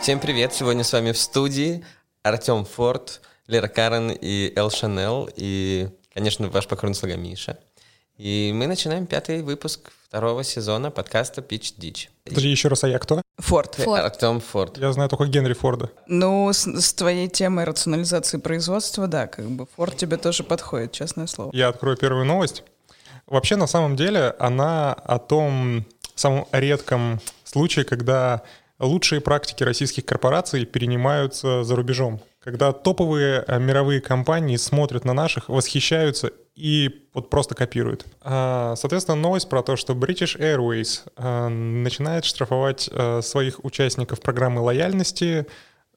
Всем привет! Сегодня с вами в студии Артем Форд, Лера Карен и Эл Шанел, и, конечно, ваш покорный слуга Миша. И мы начинаем пятый выпуск второго сезона подкаста «Пич Дич». Подожди, еще раз, а я кто? Форд. Э, Ты Форд. Артем Форд. Я знаю только Генри Форда. Ну, с, с твоей темой рационализации производства, да, как бы Форд тебе тоже подходит, честное слово. Я открою первую новость. Вообще, на самом деле, она о том самом редком случае, когда лучшие практики российских корпораций перенимаются за рубежом. Когда топовые э, мировые компании смотрят на наших, восхищаются и вот просто копируют. А, Соответственно, новость про то, что British Airways э, начинает штрафовать э, своих участников программы лояльности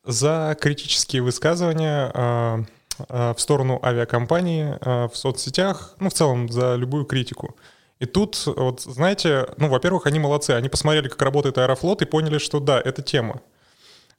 за критические высказывания э, э, в сторону авиакомпании э, в соцсетях, ну, в целом, за любую критику. И тут, вот, знаете, ну, во-первых, они молодцы. Они посмотрели, как работает Аэрофлот, и поняли, что да, это тема.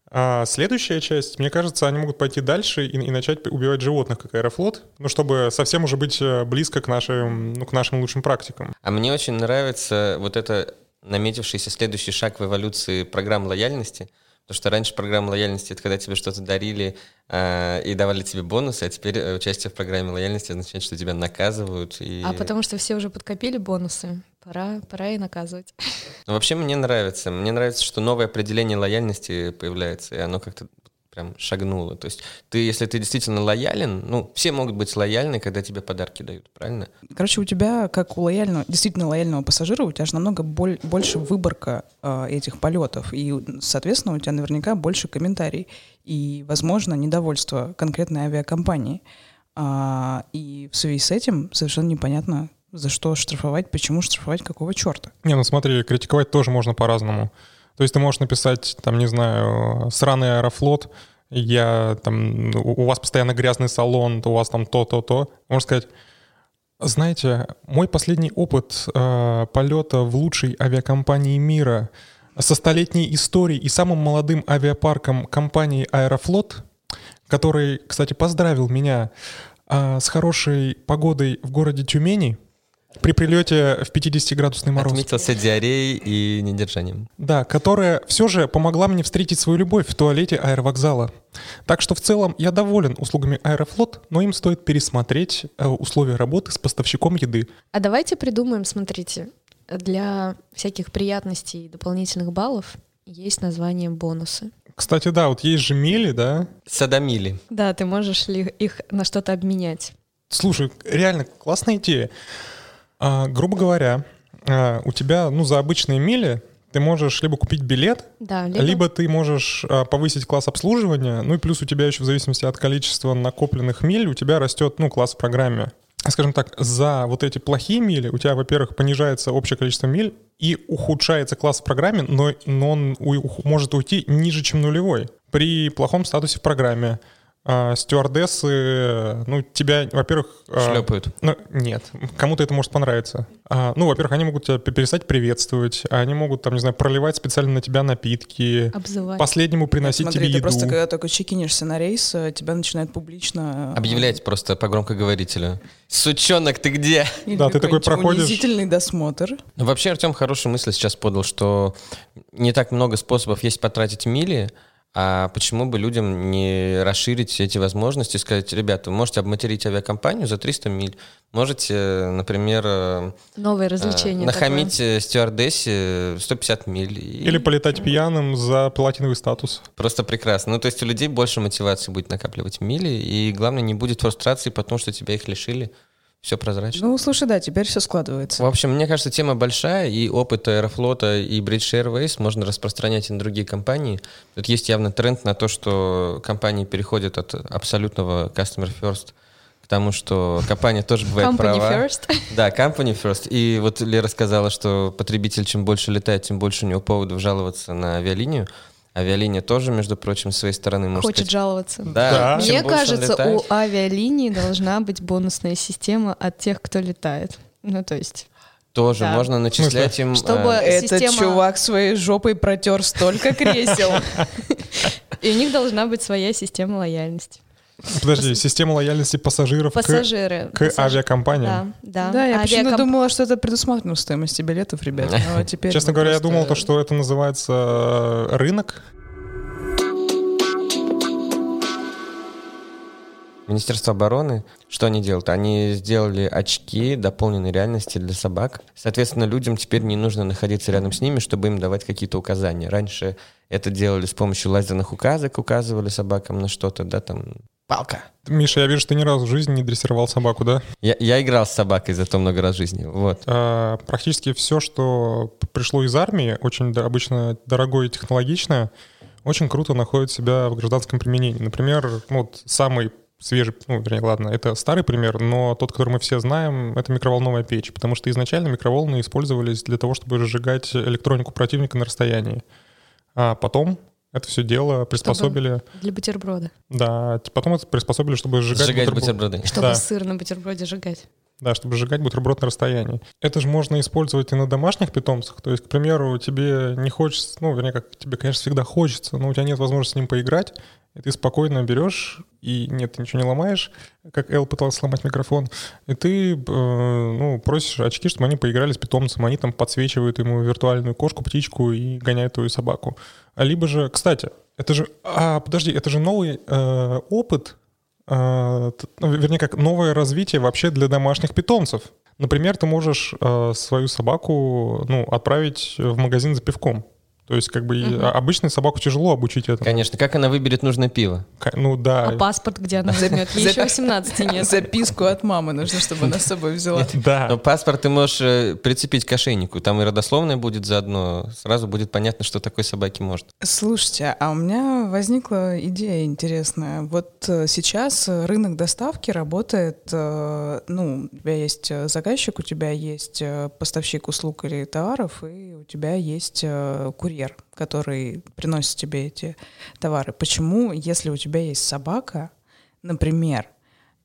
А следующая часть, мне кажется, они могут пойти дальше и, и начать убивать животных, как Аэрофлот, ну, чтобы совсем уже быть э, близко к нашим, ну, к нашим лучшим практикам. А мне очень нравится вот это наметившийся следующий шаг в эволюции программ лояльности, потому что раньше программа лояльности — это когда тебе что-то дарили а, и давали тебе бонусы, а теперь э, участие в программе лояльности означает, что тебя наказывают. И... А потому что все уже подкопили бонусы, пора, пора и наказывать. Но вообще мне нравится. Мне нравится, что новое определение лояльности появляется, и оно как-то прям шагнуло. То есть ты, если ты действительно лоялен, ну, все могут быть лояльны, когда тебе подарки дают, правильно? Короче, у тебя, как у лояльного, действительно лояльного пассажира, у тебя же намного боль- больше выборка э, этих полетов, и, соответственно, у тебя наверняка больше комментариев и, возможно, недовольство конкретной авиакомпании. А, и в связи с этим совершенно непонятно, за что штрафовать, почему штрафовать, какого черта. Не, ну смотри, критиковать тоже можно по-разному. То есть ты можешь написать, там, не знаю, сраный аэрофлот, я там, у у вас постоянно грязный салон, то у вас там то-то-то. Можно сказать, знаете, мой последний опыт э, полета в лучшей авиакомпании мира со столетней историей и самым молодым авиапарком компании Аэрофлот, который, кстати, поздравил меня э, с хорошей погодой в городе Тюмени при прилете в 50-градусный мороз. Отметился диареей и недержанием. Да, которая все же помогла мне встретить свою любовь в туалете аэровокзала. Так что в целом я доволен услугами Аэрофлот, но им стоит пересмотреть э, условия работы с поставщиком еды. А давайте придумаем, смотрите, для всяких приятностей и дополнительных баллов есть название бонусы. Кстати, да, вот есть же мели, да? Садомили. Да, ты можешь ли их на что-то обменять? Слушай, реально классная идея. А, грубо говоря, а, у тебя, ну, за обычные мили ты можешь либо купить билет, Да, Либо, ты можешь а, повысить класс обслуживания, ну и плюс у тебя еще в зависимости от количества накопленных миль у тебя растет ну, класс в программе. А, Скажем так, за вот эти плохие мили у тебя, во-первых, понижается общее количество миль и ухудшается класс в программе, но, но он у- ух- может уйти ниже, чем нулевой. При плохом статусе в программе а, стюардессы, э, ну, тебя, во-первых... а, Шлепают. ну, нет, кому-то это может понравиться. А, ну, во-первых, они могут тебя п- перестать приветствовать, а они могут, там, не знаю, проливать специально на тебя напитки, обзывать. последнему приносить Смотри, тебе ты еду. просто, когда только чекинешься на рейс, э, тебя начинают публично... э, Объявлять просто по громкоговорителю. Сучонок, ты где? или Да, ты такой какой-нибудь проходишь. Унизительный досмотр. Ну, вообще, Артем хорошую мысль сейчас подал, что не так много способов есть потратить мили, а почему бы людям не расширить эти возможности и сказать, ребята, вы можете обматерить авиакомпанию за 300 миль, можете, э, например, э, Новые э, развлечения. нахамить э, стюардессе 150 миль. И Или полетать пьяным за платиновый статус. Просто прекрасно. Ну, то есть у людей больше мотивации будет накапливать мили, и главное, не будет фрустрации, потому что тебя их лишили. Все прозрачно. Ну, слушай, да, теперь все складывается. В общем, мне кажется, тема большая, и опыт Аэрофлота и British Airways можно распространять и на другие компании. Тут есть явно тренд на то, что компании переходят от абсолютного customer first потому что компания тоже бывает Company права. first. Да, company first. И вот Лера сказала, что потребитель чем больше летает, тем больше у него поводов жаловаться на авиалинию. Авиалиния тоже, между прочим, с своей стороны может Хочет сказать, жаловаться. Да, Да. чем Мне больше он кажется, летает- у авиалинии должна быть бонусная система от тех, кто летает. Ну, то есть, Тоже Да. можно начислять им... Чтобы- э, Этот Система- чувак своей жопой протер столько кресел. и у них должна быть своя система лояльности. Подожди, система лояльности пассажиров к- Пассажиры. к, пассажиры. авиакомпаниям. Да, да. А Да, я почему-то Авиакомп- думала, что это предусмотрено в стоимости билетов, ребят. но теперь Честно вы говоря, я просто- думал, то, что это называется э, рынок. Министерство обороны, что они делают? Они сделали очки дополненной реальности для собак. Соответственно, людям теперь не нужно находиться рядом с ними, чтобы им давать какие-то указания. Раньше это делали с помощью лазерных указок, указывали собакам на что-то, да, там, палка. Миша, я вижу, что ты ни разу в жизни не дрессировал собаку, да? Я, я играл с собакой зато много раз в жизни, вот. Э, Практически все, что п- пришло из армии, очень до- обычно дорогое и технологичное, очень круто находит себя в гражданском применении. Например, ну, вот самый свежий, ну, вернее, ладно, это старый пример, но тот, который мы все знаем, это микроволновая печь, потому что изначально микроволны использовались для того, чтобы разжигать электронику противника на расстоянии. А потом это все дело приспособили... Для бутерброда. Да, т- потом это приспособили, чтобы сжигать, Сжигать бутерброд. бутерброды. Чтобы Да. сыр на бутерброде сжигать. А Да, чтобы сжигать бутерброд на расстоянии. Это же можно использовать и на домашних питомцах. То есть, к примеру, тебе не хочется, ну, вернее, как тебе, конечно, всегда хочется, но у тебя нет возможности с ним поиграть, и ты спокойно берешь, и нет, ты ничего не ломаешь, как Эл пытался сломать микрофон, и ты, э, ну, просишь очки, чтобы они поиграли с питомцем, они там подсвечивают ему виртуальную кошку, птичку и гоняют твою собаку. А либо же, кстати, это же, а, подожди, это же новый э, опыт, э, т- ну, вернее, как новое развитие вообще для домашних питомцев. Например, ты можешь э, свою собаку ну, отправить в магазин за пивком. То есть, как бы, и- Мгм. а обычную собаку тяжело обучить этому. Конечно, как она выберет нужное пиво? Ка- Ну да. А паспорт, где она займет? Ей За- еще 18 нет. Записку от мамы нужно, чтобы она с собой взяла. Да. Но паспорт ты можешь э, прицепить к ошейнику, там и родословное будет заодно, сразу будет понятно, что такой собаке может. Слушайте, а у меня возникла идея интересная. Вот э, сейчас э, рынок доставки работает, э, ну, у тебя есть э, заказчик, у тебя есть э, поставщик услуг или товаров, и у тебя есть э, курьер, который приносит тебе эти товары. Почему, если у тебя есть собака, например,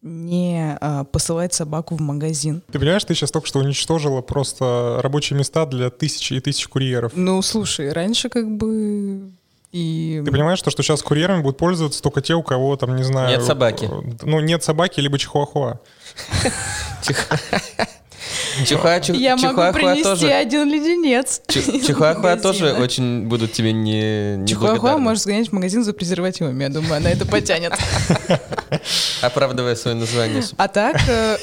не э, посылать собаку в магазин? Ты понимаешь, ты сейчас только что уничтожила просто рабочие места для тысяч и тысяч курьеров. Ну, слушай, раньше как бы и... Ты понимаешь, то, что сейчас курьерами будут пользоваться только те, у кого там, не знаю... Нет собаки. э, Ну, нет собаки, либо чихуахуа. Чихуа, чих- Я могу чихуахуа принести тоже. один леденец. Чи- Чихуахуа магазина. тоже очень будут тебе не, не Чихуахуа благодарны, может сгонять в магазин за презервативами, я думаю, она это потянет. оправдывая свое название. А так, э,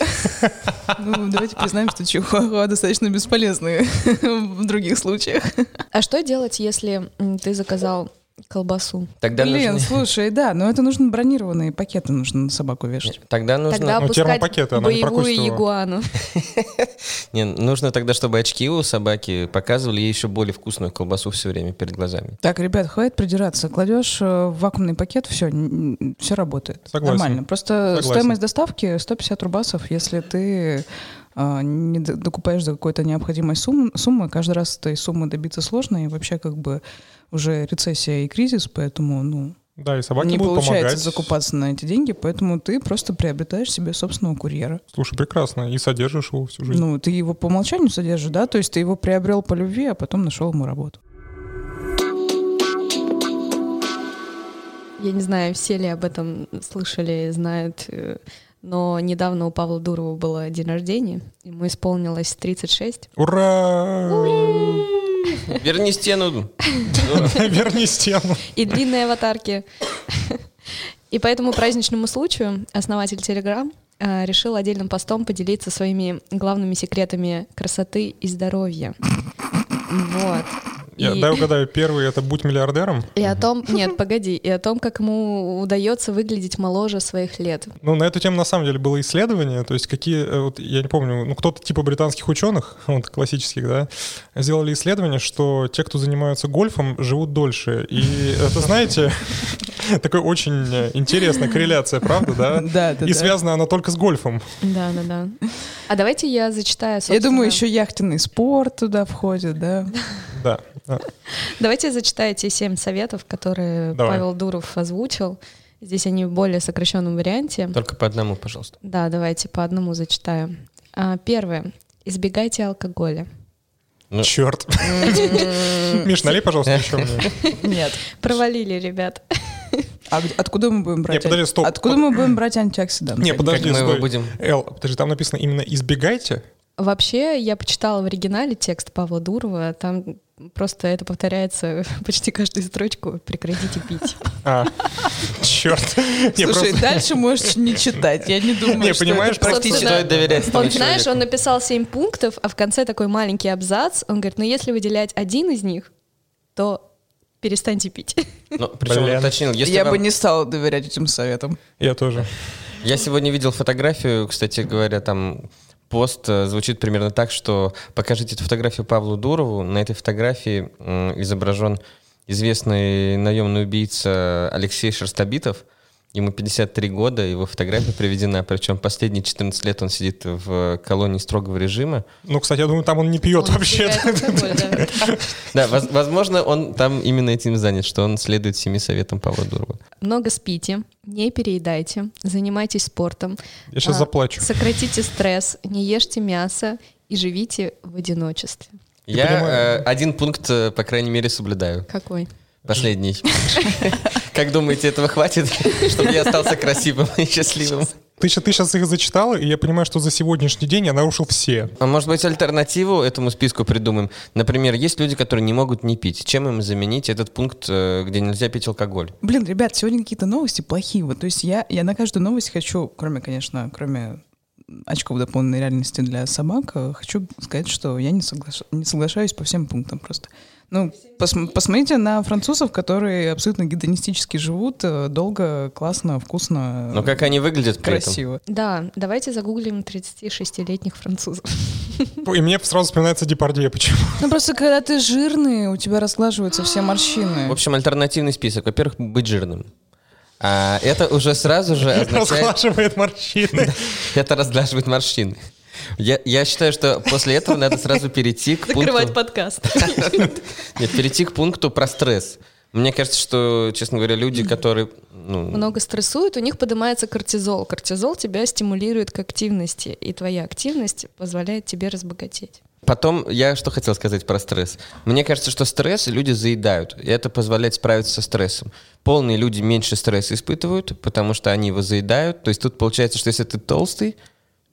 ну, давайте признаем, что чихуахуа достаточно бесполезны в других случаях. А что делать, если м, ты заказал колбасу? Ну, Тогда Блин, нужно- слушай, да, но это нужно бронированные пакеты нужно на собаку вешать. Тогда нужно, Тогда Ну, опускать термопакеты, она не боевую прокусит его. ягуану. не, нужно тогда, чтобы очки у собаки показывали ей еще более вкусную колбасу все время перед глазами. Так, ребят, хватит придираться. Кладешь э, в вакуумный пакет, все, все работает. Согласен. Нормально. Просто Согласен. стоимость доставки 150 рубасов, если ты э, не д- докупаешь за какой-то необходимой сум- суммы. Каждый раз этой суммы добиться сложно, и вообще как бы уже рецессия и кризис, поэтому ну, Да, и собаки не будут получается помогать. закупаться на эти деньги, поэтому ты просто приобретаешь себе собственного курьера. Слушай, прекрасно. И содержишь его всю жизнь. Ну, ты его по умолчанию содержишь, да? То есть ты его приобрел по любви, а потом нашел ему работу. Я не знаю, все ли об этом слышали, знают, э, но недавно у Павла Дурова было день рождения, ему исполнилось 36. Ура! Верни стену. Верни стену. и длинные аватарки. И по этому праздничному случаю основатель Телеграм э, решил отдельным постом поделиться своими главными секретами красоты и здоровья. Вот. Я, И- дай угадаю, первый это будь миллиардером. И о том, нет, погоди, и о том, как ему удается выглядеть моложе своих лет. Ну, на эту тему на самом деле было исследование, то есть какие, э, вот, я не помню, ну, кто-то типа британских ученых, вот, классических, да, сделали исследование, что те, кто занимаются гольфом, живут дольше. И это, знаете, Такой очень э, интересная корреляция, правда, да? Да, да, И да. связана она только с гольфом. Да, да, да. А давайте я зачитаю, Я собственно- думаю, еще яхтенный спорт туда входит, да. Да. да. Давайте я зачитаю те семь советов, которые Давай. Павел Дуров озвучил. Здесь они в более сокращенном варианте. Только по одному, пожалуйста. Да, давайте по одному зачитаю. А, первое. Избегайте алкоголя. Ну. Черт. Миш, налей, пожалуйста, еще мне. Нет. Провалили, ребят. А г- откуда мы будем брать? Не, подожди, анти- стоп. Откуда мы будем брать антиоксиданты? Не, подожди, как мы его стой. будем? Эл, подожди, там написано именно «избегайте». Вообще, я почитала в оригинале текст Павла Дурова, там просто это повторяется почти каждую строчку. Прекратите пить. А, черт. Не, Слушай, просто- дальше можешь не читать. Я не думаю, Не, что понимаешь, это просто- Собственно, Стоит доверять Он, этому знаешь, человеку. он написал семь пунктов, а в конце такой маленький абзац. Он говорит, ну если выделять один из них, то перестаньте пить. Ну, причем Блин. он уточнил, если Я вам- бы не стала доверять этим советам. Я тоже. Я сегодня видел фотографию, кстати говоря, там пост э, звучит примерно так, что покажите эту фотографию Павлу Дурову. На этой фотографии м, изображен известный наемный убийца Алексей Шерстобитов. Ему 53 года, его фотография приведена. Причем последние 14 лет он сидит в колонии строгого режима. Ну, кстати, я думаю, там он не пьет Он вообще. избегает алкоголя, да. Да, воз- возможно, он там именно этим занят, что он следует семи советам Павла Дурова. Много спите, не переедайте, занимайтесь спортом, Я сейчас А. заплачу. сократите стресс, не ешьте мясо и живите в одиночестве. Я понимаю. э, один пункт, э, по крайней мере, соблюдаю. Какой? Последний. Как думаете, этого хватит, чтобы я остался красивым и счастливым? Ты, щас- ты сейчас их зачитала, и я понимаю, что за сегодняшний день я нарушил все. А может быть, альтернативу этому списку придумаем? Например, есть люди, которые не могут не пить. Чем им заменить этот пункт, э, где нельзя пить алкоголь? Блин, ребят, сегодня какие-то новости плохие. Вот, то есть я, я на каждую новость хочу, кроме, конечно, кроме очков дополненной реальности для собак, э, хочу сказать, что я не, соглаш- не соглашаюсь по всем пунктам просто. Ну, пос- посмотрите на французов, которые абсолютно гедонистически живут, э, долго, классно, вкусно, Но Ну, как они выглядят при этом? красиво. Да, давайте загуглим 36-летних французов. И мне сразу вспоминается Депардье, почему? Ну, просто когда ты жирный, у тебя разглаживаются все В морщины. общем, альтернативный список. Во-первых, быть жирным. А это уже сразу же означает, Разглаживает морщины. это разглаживает морщины. Я, я считаю, что после этого надо сразу перейти к пункту... Закрывать подкаст. Нет, перейти к пункту про стресс. Мне кажется, что, честно говоря, люди, которые... ну, Много стрессуют, у них поднимается кортизол. Кортизол тебя стимулирует к активности, и твоя активность позволяет тебе разбогатеть. Потом, я что хотел сказать про стресс. Мне кажется, что стресс люди заедают, и это позволяет справиться со стрессом. Полные люди меньше стресса испытывают, потому что они его заедают. То есть тут получается, что если ты толстый,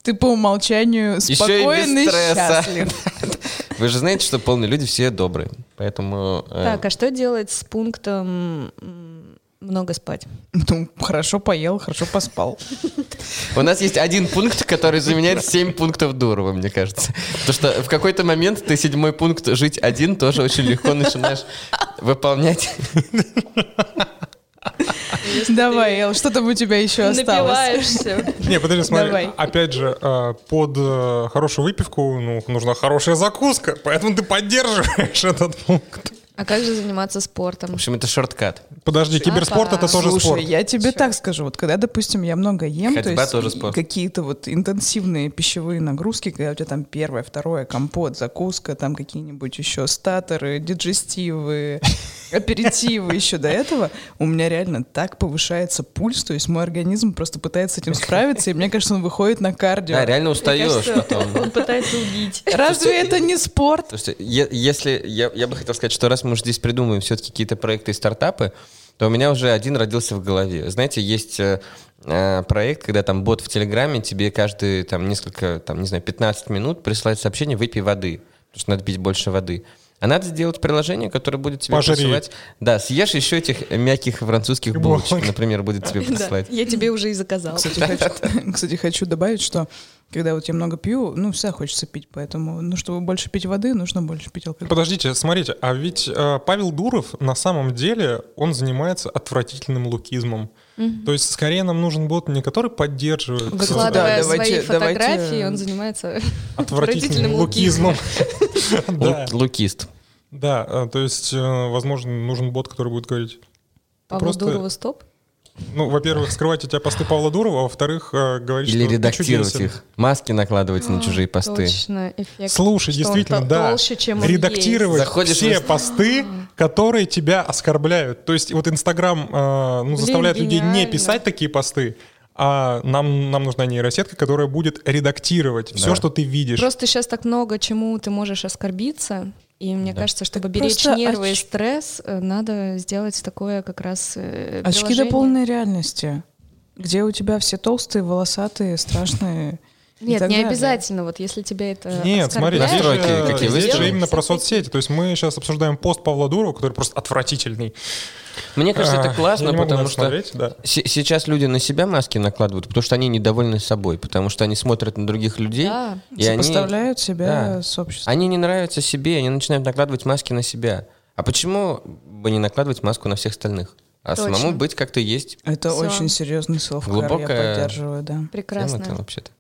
Ты по умолчанию Еще и без спокойный и стресса. счастлив. вы же знаете, что полные люди все добрые. Поэтому... э, Так, а что делать с пунктом м, много спать? Ну, хорошо поел, хорошо поспал. У нас есть один пункт, который заменяет семь пунктов Дурова, мне кажется. Потому что в какой-то момент ты седьмой пункт «жить один» тоже очень легко начинаешь выполнять. Давай, Эл, что там у тебя еще осталось? Напиваешься. Не, подожди, смотри. Давай. Опять же, э, под э, хорошую выпивку ну, нужна хорошая закуска, поэтому ты поддерживаешь этот пункт. А как же заниматься В спортом? общем, это шорткат. Подожди, киберспорт Опа. это тоже Слушай, спорт. я тебе так скажу, вот когда, допустим, я много ем, то Ходьба есть тоже и- спорт. какие-то вот интенсивные пищевые нагрузки, когда у тебя там первое, второе, компот, закуска, там какие-нибудь еще статоры, диджестивы, аперитивы еще до этого, у меня реально так повышается пульс, то есть мой организм просто пытается с этим справиться, и мне кажется, он выходит на кардио. Да, реально устаешь потом. Он пытается убить. Разве это не спорт? Слушайте, е- если я, я бы хотел сказать, что раз мы уже здесь придумываем все-таки какие-то проекты и стартапы, то у меня уже один родился в голове. Знаете, есть э, э, проект, когда там бот в Телеграме тебе каждые там несколько, там, не знаю, 15 минут присылает сообщение «выпей воды», потому что надо пить больше воды. А надо сделать приложение, которое будет тебе Пожри. присылать... Да, съешь еще этих мягких французских булочек, Булочек. например, будет тебе Да, присылать. я тебе уже и заказал. Кстати, хочу, кстати, хочу добавить, что когда вот я много пью, ну, всегда хочется пить, поэтому, ну, чтобы больше пить воды, нужно больше пить алкоголь. Подождите, смотрите, а ведь э, Павел Дуров на самом деле он занимается отвратительным лукизмом. То есть скорее нам нужен бот, не который поддерживает Выкладывая Да, свои давайте- фотографии, давайте- он занимается э, отвратительным отвратительным лукизмом. Да. Лу- Лукист. а, Да, э, то есть, э, возможно, нужен бот, который будет говорить, Павла Просто- Дурова стоп? Ну, во-первых, скрывать у тебя посты Павла Дурова, а во-вторых, э, говорить, Или что ты редактировать чудесен. их. Маски накладывать на чужие посты. А, Точно, эффект. Слушай, что он действительно, то- да. толще, чем он Редактировать есть. Заходишь все в инст- посты, которые тебя оскорбляют. То есть вот Инстаграм э, ну, Блин, заставляет людей не гениально. писать такие посты, а нам, нам нужна нейросетка, которая будет редактировать все, Да. что ты видишь. Просто сейчас так много чему ты можешь оскорбиться, и мне кажется, чтобы беречь просто нервы и оч- стресс, э, надо сделать такое как раз э, Очки приложение. А до полной реальности, где у тебя все толстые, волосатые, страшные. и Нет, так не далее. обязательно. Вот если тебя это Нет, смотри, здесь, оскорбляет, Настройки же- какие здесь же выставлены? именно про соцсети. То есть мы сейчас обсуждаем пост Павла Дурова, который просто отвратительный. Мне кажется, А, это я классно, не могу на потому это что смотреть, да. Се- Сейчас люди на себя маски накладывают, потому что они недовольны собой, потому что они смотрят на других людей, Да. и они, Сопоставляют себя да. с обществом. они не нравятся себе, они начинают накладывать маски на себя. А почему бы не накладывать маску на всех остальных? А Точно. самому быть как ты есть. Это Всё. очень серьезный селф А я Глубокая- поддерживаю, да. Тема прекрасно. это вообще-то.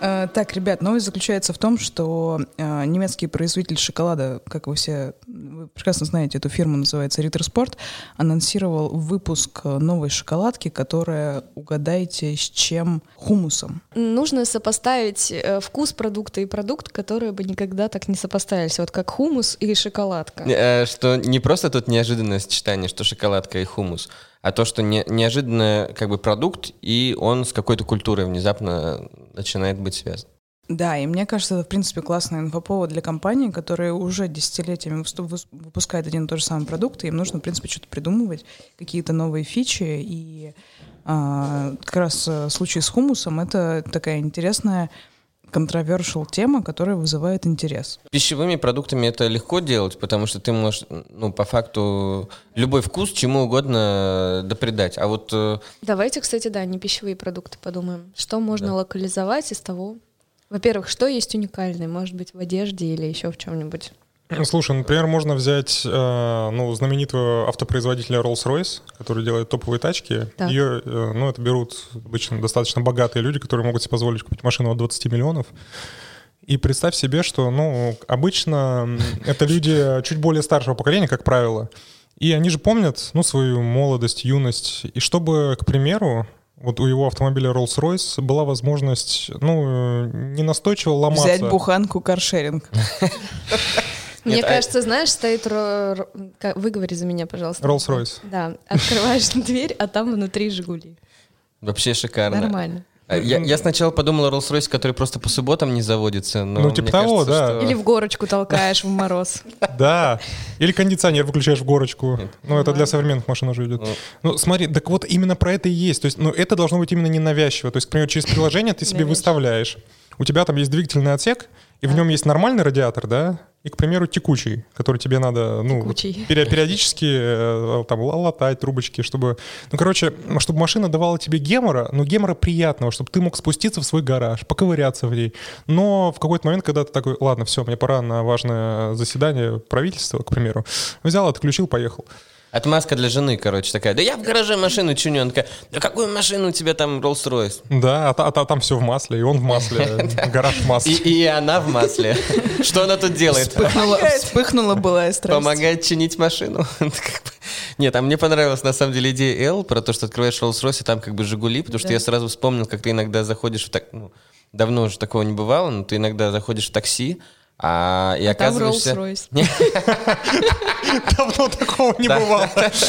Э, Так, ребят, новость заключается в том, что э, немецкий производитель шоколада, как вы все вы прекрасно знаете, эту фирму называется Ritter Sport, анонсировал выпуск э, новой шоколадки, которая, угадайте, с чем хумусом. Нужно сопоставить э, вкус продукта и продукт, которые бы никогда так не сопоставились. Вот как хумус и шоколадка. Э, Что не просто тут неожиданное сочетание, что шоколадка и хумус, а то, что не, неожиданно как бы продукт, и он с какой-то культурой внезапно начинает быть связан. Да, и мне кажется, это, в принципе, классный инфоповод для компании, которые уже десятилетиями высту- выс- выпускают один и тот же самый продукт, и им нужно, в принципе, что-то придумывать, какие-то новые фичи. И а, как раз э, случай с хумусом — это такая интересная контровершил тема, которая вызывает интерес. Пищевыми продуктами это легко делать, потому что ты можешь, ну, по факту, любой вкус чему угодно допридать. А вот э, Давайте, кстати, да, не пищевые продукты подумаем. Что можно локализовать из того? Во-первых, что есть уникальное? Может быть, в одежде или еще в чем-нибудь? Ну, Слушай, например, можно взять э, ну, знаменитого автопроизводителя Rolls-Royce, который делает топовые тачки. Так. Ее, э, ну, это берут обычно достаточно богатые люди, которые могут себе позволить купить машину от 20 миллионов. И представь себе, что, ну, обычно м, это люди чуть более старшего поколения, как правило. И они же помнят, ну, свою молодость, юность. И чтобы, к примеру, вот у его автомобиля Rolls-Royce была возможность, ну, э, не настойчиво ломаться. Взять буханку каршеринг. Мне Нет, а- кажется, знаешь, стоит... ро- ро- ка- Выговори за меня, пожалуйста. Rolls-Royce. Да, открываешь дверь, а там внутри «Жигули». вообще шикарно. Нормально. А, Я, я сначала подумал о Rolls-Royce, который просто по субботам не заводится. Но Ну, типа мне того, кажется, да. что- Или в горочку толкаешь в мороз. Да. Или кондиционер выключаешь в горочку. Ну, это для современных машин уже идет. Ну. Ну, смотри, так вот именно про это и есть. То есть, ну, это должно быть именно ненавязчиво. То есть, к примеру, через приложение ты себе Навязчиво. выставляешь. У тебя там есть двигательный отсек, и в Да. нем есть нормальный радиатор, да? И, к примеру, текучий, который тебе надо, ну, вот Текучий. пере- периодически э, там л- латать трубочки, чтобы... Ну, короче, чтобы машина давала тебе гемора, но гемора приятного, чтобы ты мог спуститься в свой гараж, поковыряться в ней. Но в какой-то момент, когда ты такой, ладно, все, мне пора на важное заседание правительства, к примеру, взял, отключил, поехал. Отмазка для жены, короче, такая. Да я в гараже машину чиню. Она такая, да какую машину у тебя там Rolls-Royce? Да, а, та- а та- там все в масле, и он в масле, гараж в И, масле. и она в масле. Что она тут делает? Вспыхнула, вспыхнула былая страсть. Помогает чинить машину. Это как бы- Нет, а мне понравилась на самом деле идея Эл про то, что открываешь Rolls-Royce, и там как бы Жигули, потому что Да. я сразу вспомнил, как ты иногда заходишь в так... ну, давно уже такого не бывало, но ты иногда заходишь в такси, а и Там оказываешься... Rolls-Royce. Давно такого не Да. бывало.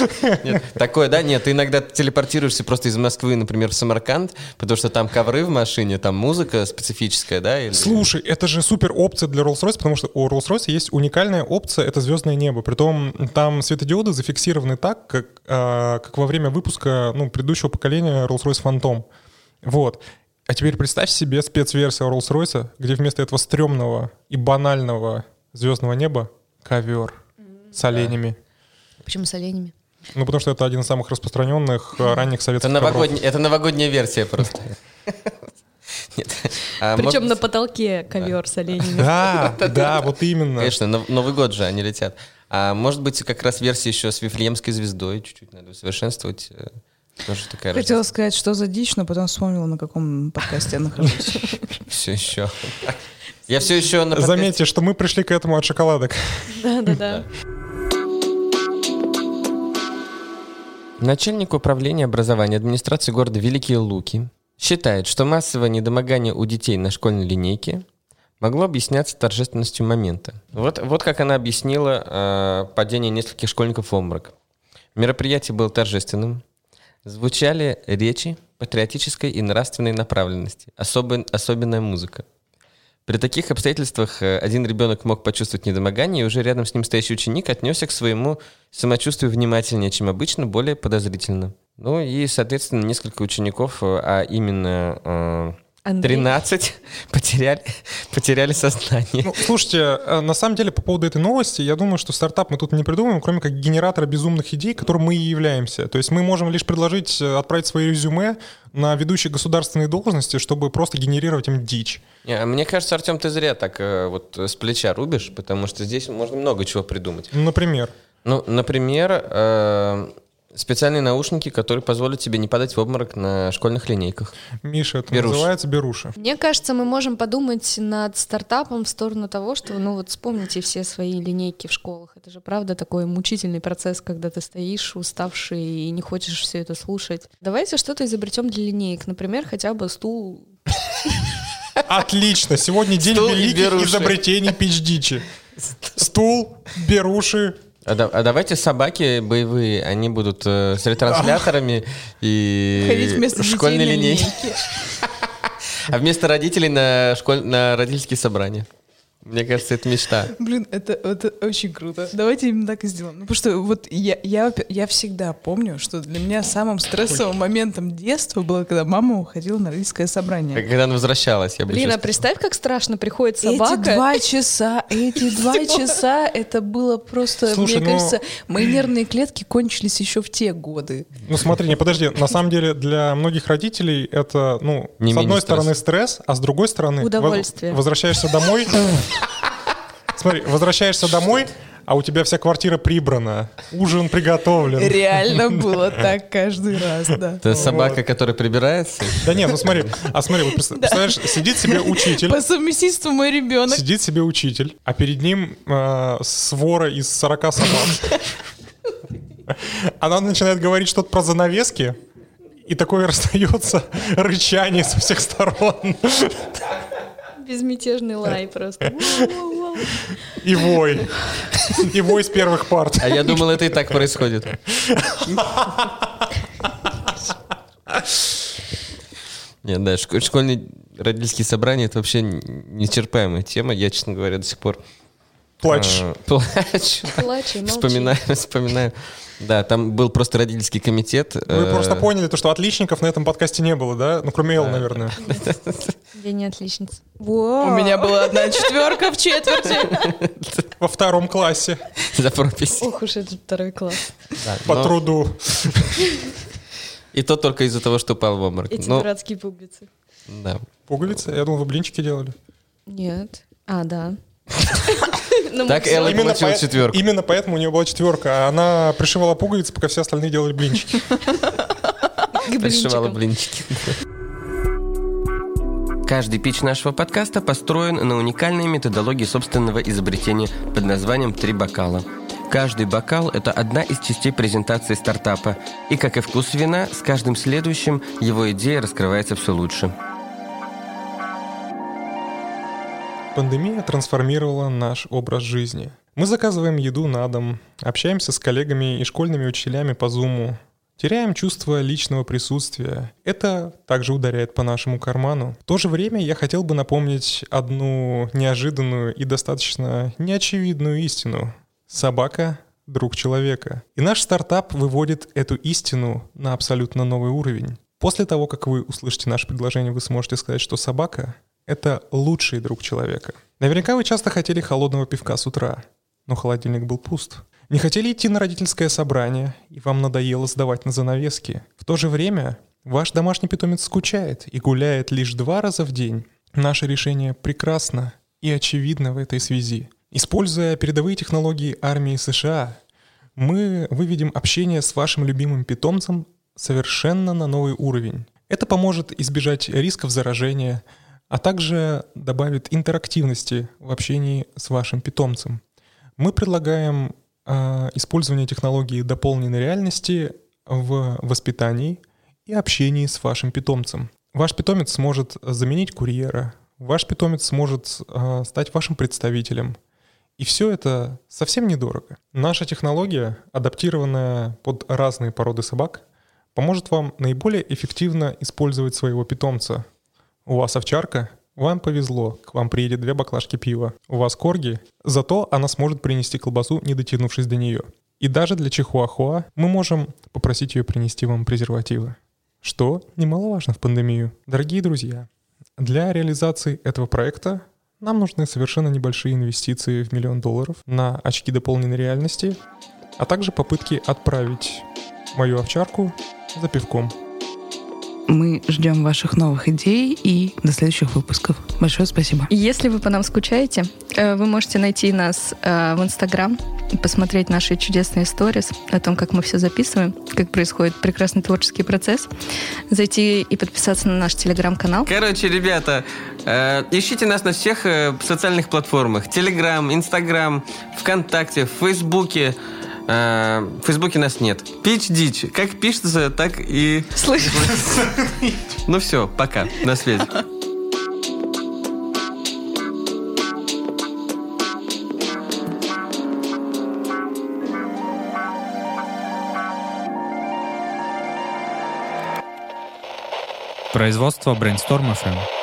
Нет, такое, да? Нет, ты иногда телепортируешься просто из Москвы, например, в Самарканд, потому что там ковры в машине, там музыка специфическая, да? или- Слушай, это же супер опция для Rolls-Royce, потому что у Rolls-Royce есть уникальная опция — это звездное небо. Притом там светодиоды зафиксированы так, как, а, как во время выпуска ну, предыдущего поколения Rolls-Royce Phantom. Вот. А теперь представь себе спецверсию Rolls-Royce, где вместо этого стрёмного и банального звездного неба ковер с оленями. Почему с оленями? Ну, потому что это один из самых распространенных а, ранних Это, советских ковров. новогодняя, это новогодняя версия просто. Нет. А Причем может- на потолке ковер с оленями. Да, да, вот именно. Конечно, Нов- Новый год же они летят. А может быть, как раз версия еще с Вифлеемской звездой чуть-чуть надо усовершенствовать. э, Тоже такая Хотела сказать, что за дичь, но потом вспомнила, на каком подкасте я нахожусь. Все еще. Я все еще на подкасте. Заметьте, что мы пришли к этому от шоколадок. Да-да-да. Начальник управления образования администрации города Великие Луки считает, что массовое недомогание у детей на школьной линейке могло объясняться торжественностью момента. Вот, вот как она объяснила э, падение нескольких школьников в обморок. Мероприятие было торжественным. Звучали речи патриотической и нравственной направленности. Особен- особенная музыка. При таких обстоятельствах э, один ребенок мог почувствовать недомогание, и уже рядом с ним стоящий ученик отнесся к своему самочувствию внимательнее, чем обычно, более подозрительно. Ну и, соответственно, несколько учеников, э, а именно э, Андрей. 13, потеряли, потеряли сознание. Ну, слушайте, э, на самом деле по поводу этой новости, я думаю, что стартап мы тут не придумаем, кроме как генератора безумных идей, которым мы и являемся. То есть мы можем лишь предложить э, отправить свои резюме на ведущие государственные должности, чтобы просто генерировать им дичь. Не, а Мне кажется, Артем, ты зря так э, вот э, с плеча рубишь, потому что здесь можно много чего придумать. Например. Ну, например, э, специальные наушники, которые позволят тебе не падать в обморок на школьных линейках. Миша, это Беруши. называется беруши. Мне кажется, мы можем подумать над стартапом в сторону того, что, ну вот вспомните все свои линейки в школах. Это же правда такой мучительный процесс, когда ты стоишь уставший и не хочешь все это слушать. Давайте что-то изобретем для линеек. Например, хотя бы стул. Отлично, сегодня день Стул и великих беруши. изобретений пич-дичи. Стул, беруши. А, да- а давайте собаки боевые, они будут э, с ретрансляторами Ходить и вместо детей школьной на линейки. А вместо родителей на, школь... на родительские собрания. Мне кажется, это мечта. Блин, это, это очень круто. Давайте именно так и сделаем. Ну, потому что вот я, я, опя- я всегда помню, что для меня самым стрессовым моментом детства было, когда мама уходила на родительское собрание. Когда она возвращалась, я бы Блин, а чувствовал. представь, как страшно приходит Эти собака. два часа, эти два часа, это было просто, Слушай, мне ну- кажется, мои нервные клетки кончились еще в те годы. Ну смотри, не подожди, на самом деле для многих родителей это, ну, Не с менее одной стороны стресс, а с другой стороны... воз- Удовольствие. Возвращаешься домой... Смотри, возвращаешься домой, а у тебя вся квартира прибрана, ужин приготовлен. Реально было так каждый раз, да. Это собака, которая прибирается. Да нет, ну смотри, а смотри, вот представ- представляешь, сидит себе учитель, По совместительству мой ребенок. сидит себе учитель, а перед ним э, свора из 40 собак. Она начинает говорить что-то про занавески, и такое расстается рычание со всех сторон Безмятежный лай просто. Вау-вау-вау. и вой. И вой с первых парт. А я думал, это и так происходит. Нет, да, шко- школьные родительские собрания — это вообще неисчерпаемая тема. Я, честно говоря, до сих пор... Плачешь. э, Плачу. Плачь и молчи. Вспоминаю, вспоминаю. Да, там был просто родительский комитет. Вы э, Ну просто поняли, то, что отличников на этом подкасте не было, да? Ну, кроме Эл, наверное. Я не отличница. У меня была одна четверка в четверти. Во втором классе За пропись. Ох уж этот второй класс. Да, по но- труду. И то только из-за того, что упал в обморок. Эти Ну, дурацкие пуговицы. да. Пуговицы? Я думал, вы блинчики делали. Нет. А, да. Так Элла получила поэт- четверку. именно поэтому у нее была четверка. а Она пришивала пуговицы, пока все остальные делали блинчики. Пришивала блинчики. Каждый пич нашего подкаста построен на уникальной методологии собственного изобретения под названием «Три бокала». Каждый бокал – это одна из частей презентации стартапа. И, как и вкус вина, с каждым следующим его идея раскрывается все лучше. Пандемия трансформировала наш образ жизни. Мы заказываем еду на дом, общаемся с коллегами и школьными учителями по зуму, теряем чувство личного присутствия. Это также ударяет по нашему карману. В то же время я хотел бы напомнить одну неожиданную и достаточно неочевидную истину. Собака — друг человека. И наш стартап выводит эту истину на абсолютно новый уровень. После того, как вы услышите наше предложение, вы сможете сказать, что собака это лучший друг человека. Наверняка вы часто хотели холодного пивка с утра, но холодильник был пуст. Не хотели идти на родительское собрание, и вам надоело сдавать на занавески. В то же время ваш домашний питомец скучает и гуляет лишь два раза в день. Наше решение прекрасно и очевидно в этой связи. Используя передовые технологии армии США, мы выведем общение с вашим любимым питомцем совершенно на новый уровень. Это поможет избежать рисков заражения, а также добавит интерактивности в общении с вашим а, питомцем. Мы предлагаем э, использование технологии дополненной реальности э, в воспитании и общении с вашим питомцем. Ваш питомец сможет заменить курьера, ваш питомец сможет э, стать вашим представителем. И все это совсем недорого. Наша технология, адаптированная под разные породы собак, поможет вам наиболее эффективно использовать своего питомца. У вас овчарка, вам повезло, к вам приедет две баклажки пива. У вас корги, зато она сможет принести колбасу, не дотянувшись до нее. И даже для чихуахуа мы можем попросить ее принести вам презервативы. Что немаловажно в пандемию. Дорогие друзья, для реализации этого проекта нам нужны совершенно небольшие инвестиции в миллион долларов на очки дополненной реальности, а также попытки отправить мою овчарку за пивком. Мы ждем ваших новых идей и до следующих выпусков. Большое спасибо. Если вы по нам скучаете, э, вы можете найти нас э, в Инстаграм, и посмотреть наши чудесные сторис о том, как мы все записываем, как происходит прекрасный творческий процесс, зайти и подписаться на наш Телеграм-канал. Короче, ребята, э, ищите нас на всех э, социальных платформах. Телеграм, Инстаграм, ВКонтакте, в Фейсбуке. Э, в Фейсбуке нас нет. Пич дичь. Как пишется, так и... Слышишь? Ну все, пока. На связи. Производство Brainstorm FM.